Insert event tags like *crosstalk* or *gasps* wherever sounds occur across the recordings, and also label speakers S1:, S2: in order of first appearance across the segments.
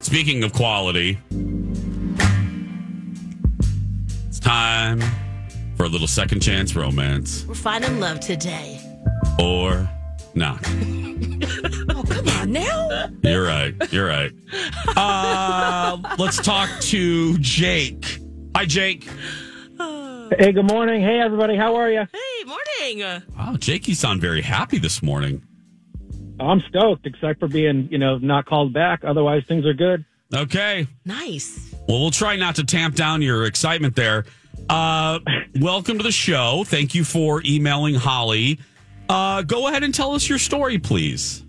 S1: Speaking of quality, it's time for a little second chance romance
S2: We're finding love today.
S1: or not.
S2: Oh, come on now.
S1: You're right. You're right. Uh, let's talk to Jake. Hi, Jake.
S3: Hey, good morning. Hey, everybody. How are you?
S2: Hey, morning. Uh,
S1: Wow, Jake, you sound very happy this morning.
S3: I'm stoked, except for being, you know, not called back. Otherwise, things are good.
S1: Okay.
S2: Nice.
S1: Well, we'll try not to tamp down your excitement there. Uh, welcome to the show. Thank you for emailing Holly. Uh, go ahead and tell us your story, please.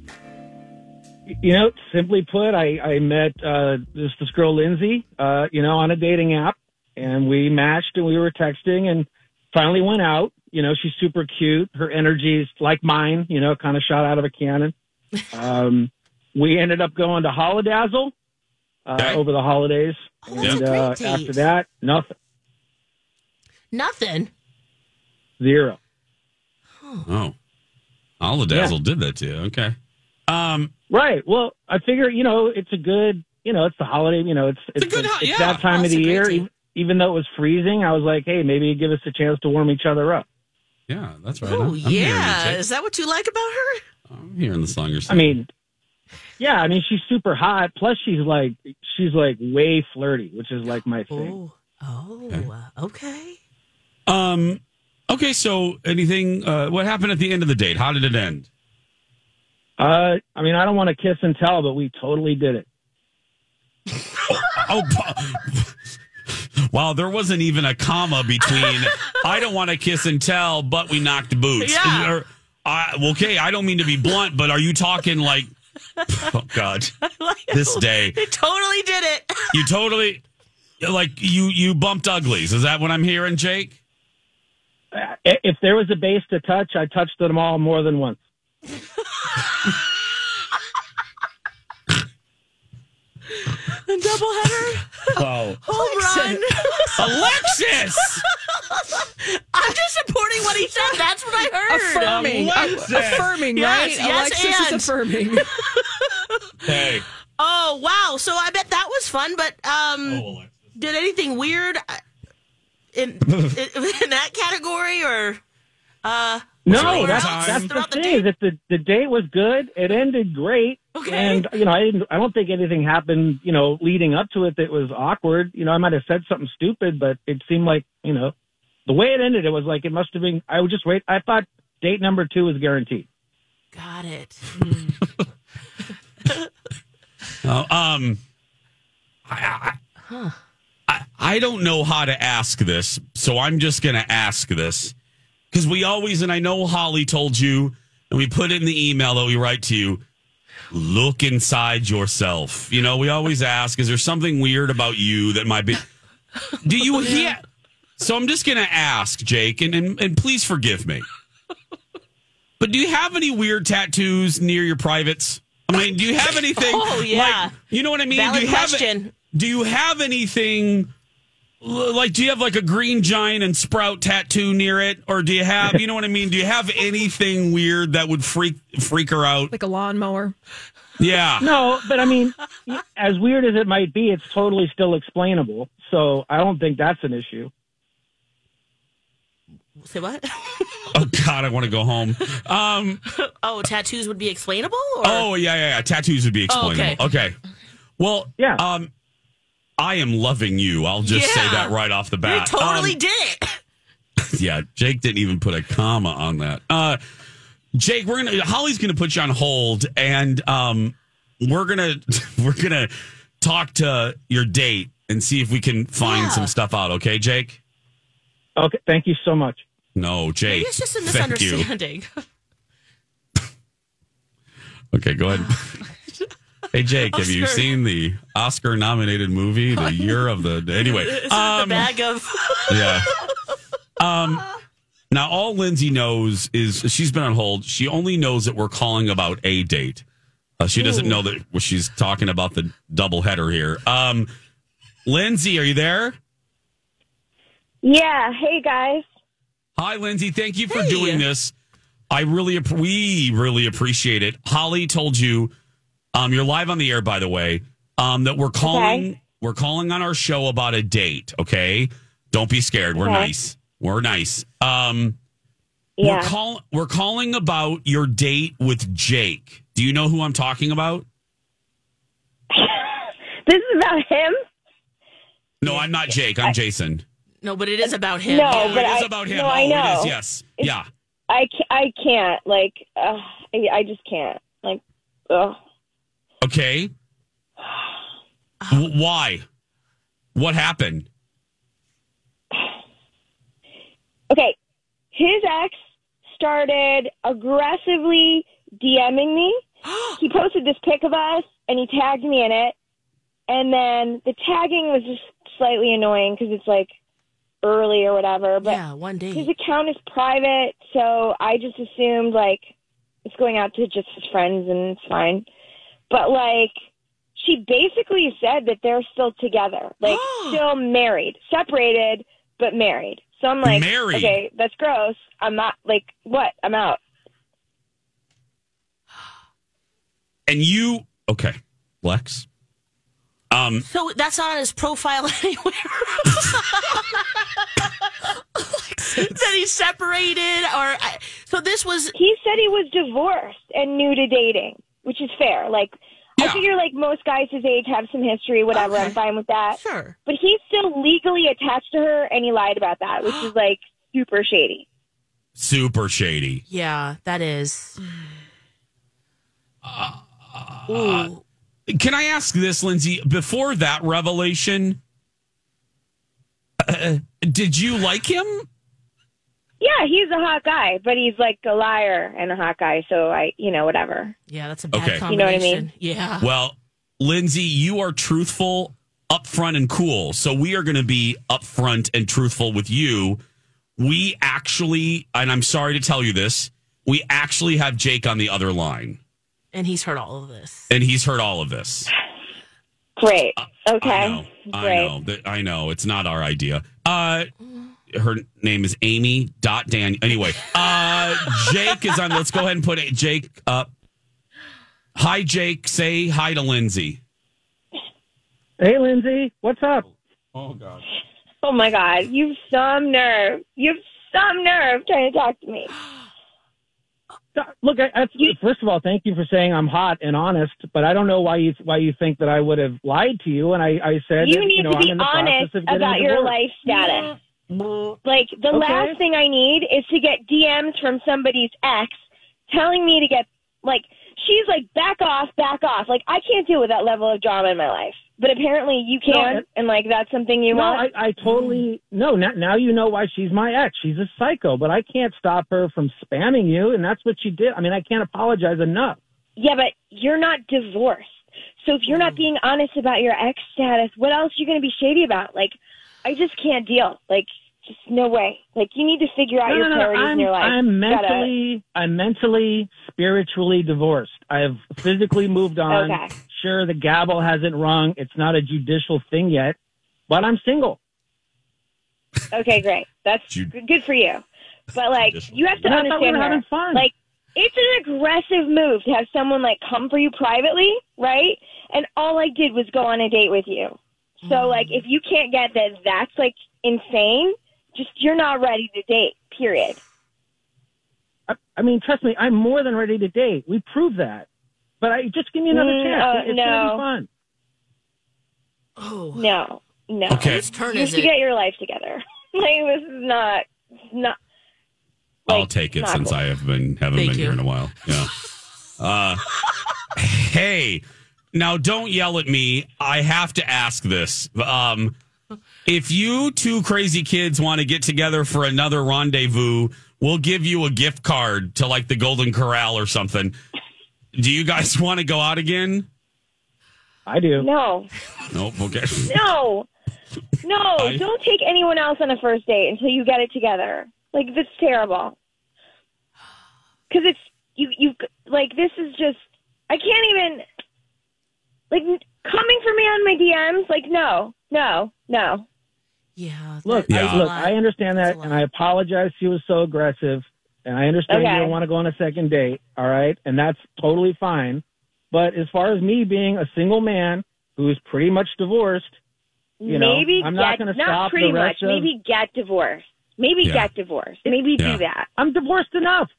S3: You know, simply put, I, I met uh, this, this girl, Lindsay, uh, you know, on a dating app, and we matched and we were texting and finally went out. You know, she's super cute. Her energy's like mine, you know, kind of shot out of a
S2: *laughs*
S3: cannon. Um, we ended up going to Holodazzle uh,
S1: Okay.
S3: over the holidays.
S2: Oh, that's a
S3: and
S2: great
S3: uh,
S2: date.
S3: after that, nothing,
S2: Nothing.
S3: zero.
S1: Oh, Olive Dazzle did that to you. Okay. Um,
S3: Right. Well, I figure you know it's a good you know it's the holiday you know it's
S1: It's
S3: it's,
S1: a good ho-
S3: it's
S1: yeah.
S3: that time
S2: Oh,
S3: of
S2: it's
S3: the
S2: a great
S3: year.
S2: day.
S3: Even, even though it was freezing, I was like, hey, maybe give us a chance to warm each other up.
S1: yeah, that's right.
S2: Oh,
S1: I'm- I'm hearing you,
S2: yeah.
S1: Jake.
S2: Is that what you like about her?
S1: I'm hearing the song you're
S3: I
S1: singing.
S3: mean, yeah, I mean she's super hot. Plus she's like she's like way flirty, which is like my thing.
S2: Oh, oh, uh, *laughs* okay.
S1: um, okay. So, anything? Uh, what happened at the end of the date? How did it end?
S3: Uh, I mean, I don't want to kiss and tell, but we totally did it.
S1: Oh, *laughs* bu- wow. There wasn't even a comma between.
S2: *laughs*
S1: I don't want to kiss and tell, but we knocked boots.
S2: Yeah.
S1: Or, I, well, okay. I don't mean to be blunt, but are you talking like? *laughs* Oh God, this day
S2: It totally did it.
S1: you totally like you you bumped uglies. Is that what I'm hearing, Jake?
S3: I- If there was a base to touch, I touched them all more than once.
S2: *laughs* A doubleheader.
S1: Oh,
S2: *laughs* Home run.
S1: *laughs* Alexis. *laughs*
S2: I'm just supporting what he *laughs* said. That's what I heard.
S4: affirming,
S1: Alexis.
S4: affirming, right?
S2: Yes, yes,
S4: Alexis
S2: and.
S4: is affirming.
S1: Hey.
S2: Oh, wow. So I bet that was fun, but
S1: Oh,
S2: um, did anything weird uh, in, *laughs* in that category or uh
S3: No,
S1: it
S3: that's,
S1: overtime?
S3: that's the
S2: Throughout the date?
S3: thing. That the, the date was good. It ended great.
S2: Okay.
S3: And you know, I didn't. I don't think anything happened. You know, leading up to it that was awkward. You know, I might have said something stupid, but it seemed like you know, the way it ended, it was like it must have been. I would just wait. I thought date number two was guaranteed.
S2: got it.
S1: Oh, um, I, I, I, I don't know how to ask this, so I'm just going to ask this because we always, and I know Holly told you, and we put it in the email that we write to you. Look inside yourself. You know, we always ask, is there something weird about you that might be? Do you hear? So I'm just going to ask, Jake, and, and and please forgive me. But do you have any weird tattoos near your privates? I mean, do you have anything?
S2: *laughs* Oh, yeah.
S1: like- you know what I mean?
S2: Valid
S1: do you
S2: question.
S1: Have, do you have anything l- like? Do you have like a green giant and sprout tattoo near it, or do you have? You know what I mean? Do you have anything weird that would freak freak her out?
S4: like a lawnmower.
S1: Yeah.
S3: No, but
S2: *laughs*
S3: I mean, as weird as it might be, it's totally still explainable. So I don't think that's an issue.
S2: Say what?
S1: Oh God, I want to go home. Um.
S2: Oh, tattoos would be explainable or
S1: Oh yeah, yeah, yeah. Tattoos would be
S2: Oh,
S1: explainable. okay. Well,
S3: Yeah.
S1: Um, I am loving you. I'll just say
S2: Yeah.
S1: that right off the
S2: You
S1: bat.
S2: totally
S1: Um,
S2: did it.
S1: yeah, Jake didn't even put a comma on that. Uh, Jake, we're gonna Holly's gonna put you on hold, and um, we're gonna *laughs* we're gonna talk to your date and see if we can find
S2: Yeah.
S1: some stuff out. Okay, Jake.
S3: Okay, thank you so much.
S1: No, Jake.
S2: Maybe it's just a
S1: Thank you.
S2: misunderstanding. *laughs*
S1: Okay, go
S2: *laughs*
S1: ahead. hey, Jake, have you
S2: Oscar.
S1: seen the Oscar-nominated movie,
S2: *laughs*
S1: The Year of the? Anyway, Um,
S2: the bag of
S1: yeah. Um, now all Lindsay knows is she's been on hold. She only knows that we're calling about a date. Uh, she doesn't know that well, she's talking about the double header here. Um, Lindsay, are you there?
S4: Yeah. Hey, guys.
S1: Hi, Lindsay. Thank you for
S2: Hey.
S1: doing this. I really, app- we really appreciate it. Holly told you, um, you're live on the air, by the way, um, that we're calling, we're calling on our show about a date. Okay, don't be scared. We're
S4: Okay.
S1: nice. We're nice. Um,
S4: Yeah.
S1: we're call, we're calling about your date with Jake. Do you know who I'm talking about?
S4: *laughs* this is about him.
S1: No, I'm not Jake. I'm Jason.
S2: no, but it is about him.
S4: No,
S2: Yeah.
S4: but
S1: It is
S4: I-
S1: about him.
S4: no,
S1: oh,
S4: I
S1: it
S4: know.
S1: is. Yes. yeah.
S4: I can't, I can't. Like, uh, I, I just can't. Like, ugh.
S1: Okay. W- Why? What happened?
S4: okay. His ex started aggressively DMing me. he posted this pic of us, and he tagged me in it. And then the tagging was just slightly annoying because it's like early or whatever. But
S2: yeah, one
S1: Mm.
S4: his
S2: day.
S4: account is private, so I just assumed like it's going out to just his friends and it's fine. But like she basically said that they're still together,
S1: *gasps*
S4: like still married, separated but married. So I'm like,
S1: Married?
S4: okay, that's gross. I'm not like what? I'm out.
S1: And you okay, Lex? Um,
S2: So that's not on his profile *laughs* anywhere. that he's separated, or I- so this was
S4: He said he was divorced and new to dating, which is fair. Like
S1: Yeah.
S4: I figure like most guys his age have some history, whatever.
S2: Okay.
S4: I'm fine with that.
S2: sure.
S4: But he's still legally attached to her, and he lied about that, which is like super shady.
S1: super shady.
S2: Yeah, that is.
S1: Uh,
S2: Ooh.
S1: Can I ask this, Lindsay? Before that revelation, uh, did you like him?
S4: Yeah, he's a hot guy, but he's like a liar and a hot guy. So I, you know, whatever.
S2: Yeah, that's a bad
S1: Okay.
S4: You know what I
S2: combination.
S4: mean?
S2: Yeah.
S1: Well, Lindsay, you are truthful, upfront, and cool. So we are going to be upfront and truthful with you. We actually, and I'm sorry to tell you this, we actually have Jake on the other line,
S2: And he's heard all of this.
S1: and he's heard all of this.
S4: Great. Okay.
S1: I know. I
S4: Great.
S1: know. That- I know. It's not our idea. Uh, her name is Amy Dot Dan. Anyway, uh, Jake is on. Let's go ahead and put it, Jake up. Hi, Jake. Say hi to Lindsay.
S3: Hey, Lindsay, what's up?
S4: Oh my God, you've some nerve. You've some nerve trying to talk to me.
S3: Uh, Look, I, that's, first of all, thank you for saying I'm hot and honest, but I don't know why you why you think that I would have lied to you. And I, I said
S4: You
S3: that,
S4: need
S3: know,
S4: to
S3: I'm
S4: be
S3: in the process
S4: honest
S3: of getting
S4: about your
S3: divorced.
S4: life status. Like the
S3: Okay.
S4: last thing I need is to get DMs from somebody's ex telling me to get like she's like back off, back off. Like I can't deal with that level of drama in my life. But apparently you
S3: No,
S4: can,
S3: I-
S4: and like that's something you
S3: No,
S4: want.
S3: I, I totally no. Now, now you know why she's my ex. She's a psycho, but I can't stop her from spamming you, and that's what she did. I mean, I can't apologize enough.
S4: Yeah, but you're not divorced. So if you're not
S3: Mm-hmm.
S4: being honest about your ex status, what else are you going to be shady about? Like, I just can't deal. Like, just no way. Like, you need to figure out
S3: No,
S4: your
S3: no, no,
S4: priorities
S3: I'm,
S4: in your life.
S3: I'm
S4: You gotta-
S3: mentally, I'm mentally, spiritually divorced. I have physically moved on.
S4: Okay.
S3: Sure, the gavel hasn't rung. It's not a judicial thing yet, but I'm single.
S4: Okay, great. That's
S1: You-
S4: g- good for you.
S1: *laughs*
S4: But like,
S1: Just-
S4: you have to
S3: And I thought we
S4: understand
S3: were
S4: her.
S3: having fun.
S4: Like, it's an aggressive move to have someone like come for you privately, right? And all I did was go on a date with you.
S3: Hmm.
S4: So like, if you can't get that, that's like insane. Just you're not ready to date. Period.
S3: I, I mean, trust me, I'm more than ready to date. We proved that. But I just give me another
S4: Mm,
S3: chance.
S4: uh,
S3: it's
S4: no.
S3: gonna be fun.
S2: Oh,
S4: No, no.
S1: Okay.
S2: whose turn
S4: You
S2: is
S4: should
S2: it?
S4: get your life together. *laughs* like this is not not.
S1: I'll
S4: like,
S1: take it
S4: not
S1: since
S4: cool.
S1: I have been haven't
S2: Thank
S1: been
S2: you.
S1: here in a while. Yeah. Uh, *laughs* hey, now don't yell at me. I have to ask this. Um, if you two crazy kids want to get together for another rendezvous, we'll give you a gift card to like the Golden Corral or something. Do you guys *laughs* want to go out again?
S3: I do.
S4: No,
S1: Nope. Okay.
S2: Mm,
S4: no, no.
S1: I-
S4: Don't take anyone else on a first date until you get it together. Like that's terrible. Because it's you. You like this is just. I can't even. Like coming for me on my DMs. Like no, no, no.
S2: Yeah.
S3: Look,
S2: that-
S1: Yeah.
S3: I, look, I understand
S2: That's
S3: that,
S2: a lot.
S3: and I apologize. She was so aggressive, and I understand
S4: Okay.
S3: you don't want to go on a second date. All right, and that's totally fine. But as far as me being a single man who is pretty much divorced, you know,
S4: maybe
S3: I'm
S4: get,
S3: not going to stop
S4: pretty
S3: the
S4: much.
S3: rest of.
S4: Maybe get divorced. Maybe
S1: Yeah.
S4: get divorced. Maybe
S1: Yeah.
S4: do that.
S3: I'm divorced enough.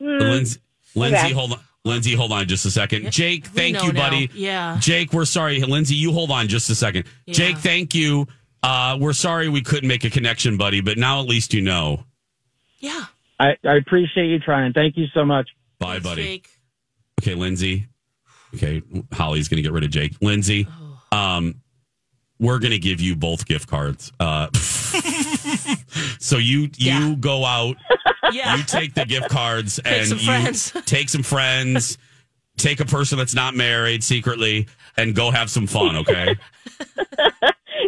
S4: Mm.
S1: Lindsay, Lindsay,
S4: Okay.
S1: hold on. Lindsay, hold on just a second. Jake,
S2: we
S1: thank
S2: know
S1: you,
S2: now.
S1: buddy.
S2: Yeah.
S1: Jake, we're sorry. Lindsay, you hold on just a second. Jake,
S2: Yeah.
S1: thank you. Uh, we're sorry we couldn't make a connection, buddy, but now at least you know.
S2: Yeah.
S3: I, I appreciate you trying. Thank you so much.
S1: Bye, buddy. *laughs*
S2: Jake.
S1: Okay, Lindsay. Okay, Holly's going to get rid of Jake. Lindsay,
S2: Oh.
S1: um, we're going to give you both gift cards. Uh, *laughs* so you you
S2: Yeah.
S1: go out,
S2: Yeah.
S1: you take the gift
S2: *laughs*
S1: cards, and
S2: some
S1: you
S2: friends.
S1: take some friends, take a person that's not married secretly, and go have some fun.
S2: *laughs*
S1: Okay.
S4: *laughs*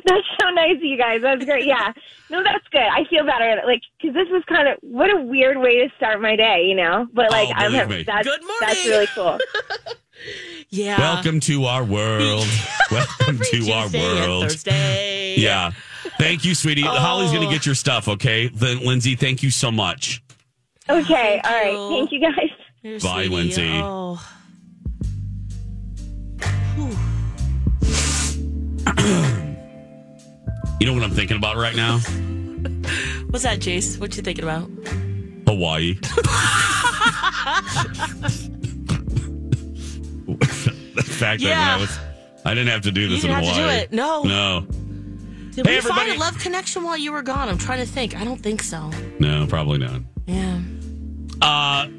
S4: That's so nice of you guys. That's great. Yeah. No, that's good. I feel better. Like, because this was kind of what a weird way to start my day, you know? But, like,
S1: Oh,
S4: I'm
S1: believe me.
S4: That's,
S2: Good morning.
S4: That's really
S2: *laughs*
S4: cool.
S2: yeah.
S1: Welcome to our world.
S2: *laughs*
S1: Welcome
S2: Every
S1: to our
S2: Tuesday and
S1: world.
S2: Thursday.
S1: Yeah. Thank you, sweetie. Holly's going
S2: Oh.
S1: to get your stuff, okay? Then, Lindsay, thank you so much.
S4: Okay.
S2: Thank
S4: all right.
S2: you.
S4: Thank you guys.
S2: Here's
S1: Bye,
S2: sweetie.
S1: Lindsay.
S2: Oh.
S1: You know what I'm thinking about right now?
S2: What's that, Jace? What you thinking about? *laughs*
S1: Hawaii. the fact
S2: Yeah.
S1: that when I was, I didn't have to do this
S2: You
S1: in
S2: didn't have to
S1: Hawaii.
S2: do it. No.
S1: No,
S2: Did
S1: Hey,
S2: we
S1: everybody.
S2: find a love connection while you were gone? I'm trying to think. I don't think so.
S1: no, probably not.
S2: Yeah.
S1: Uh,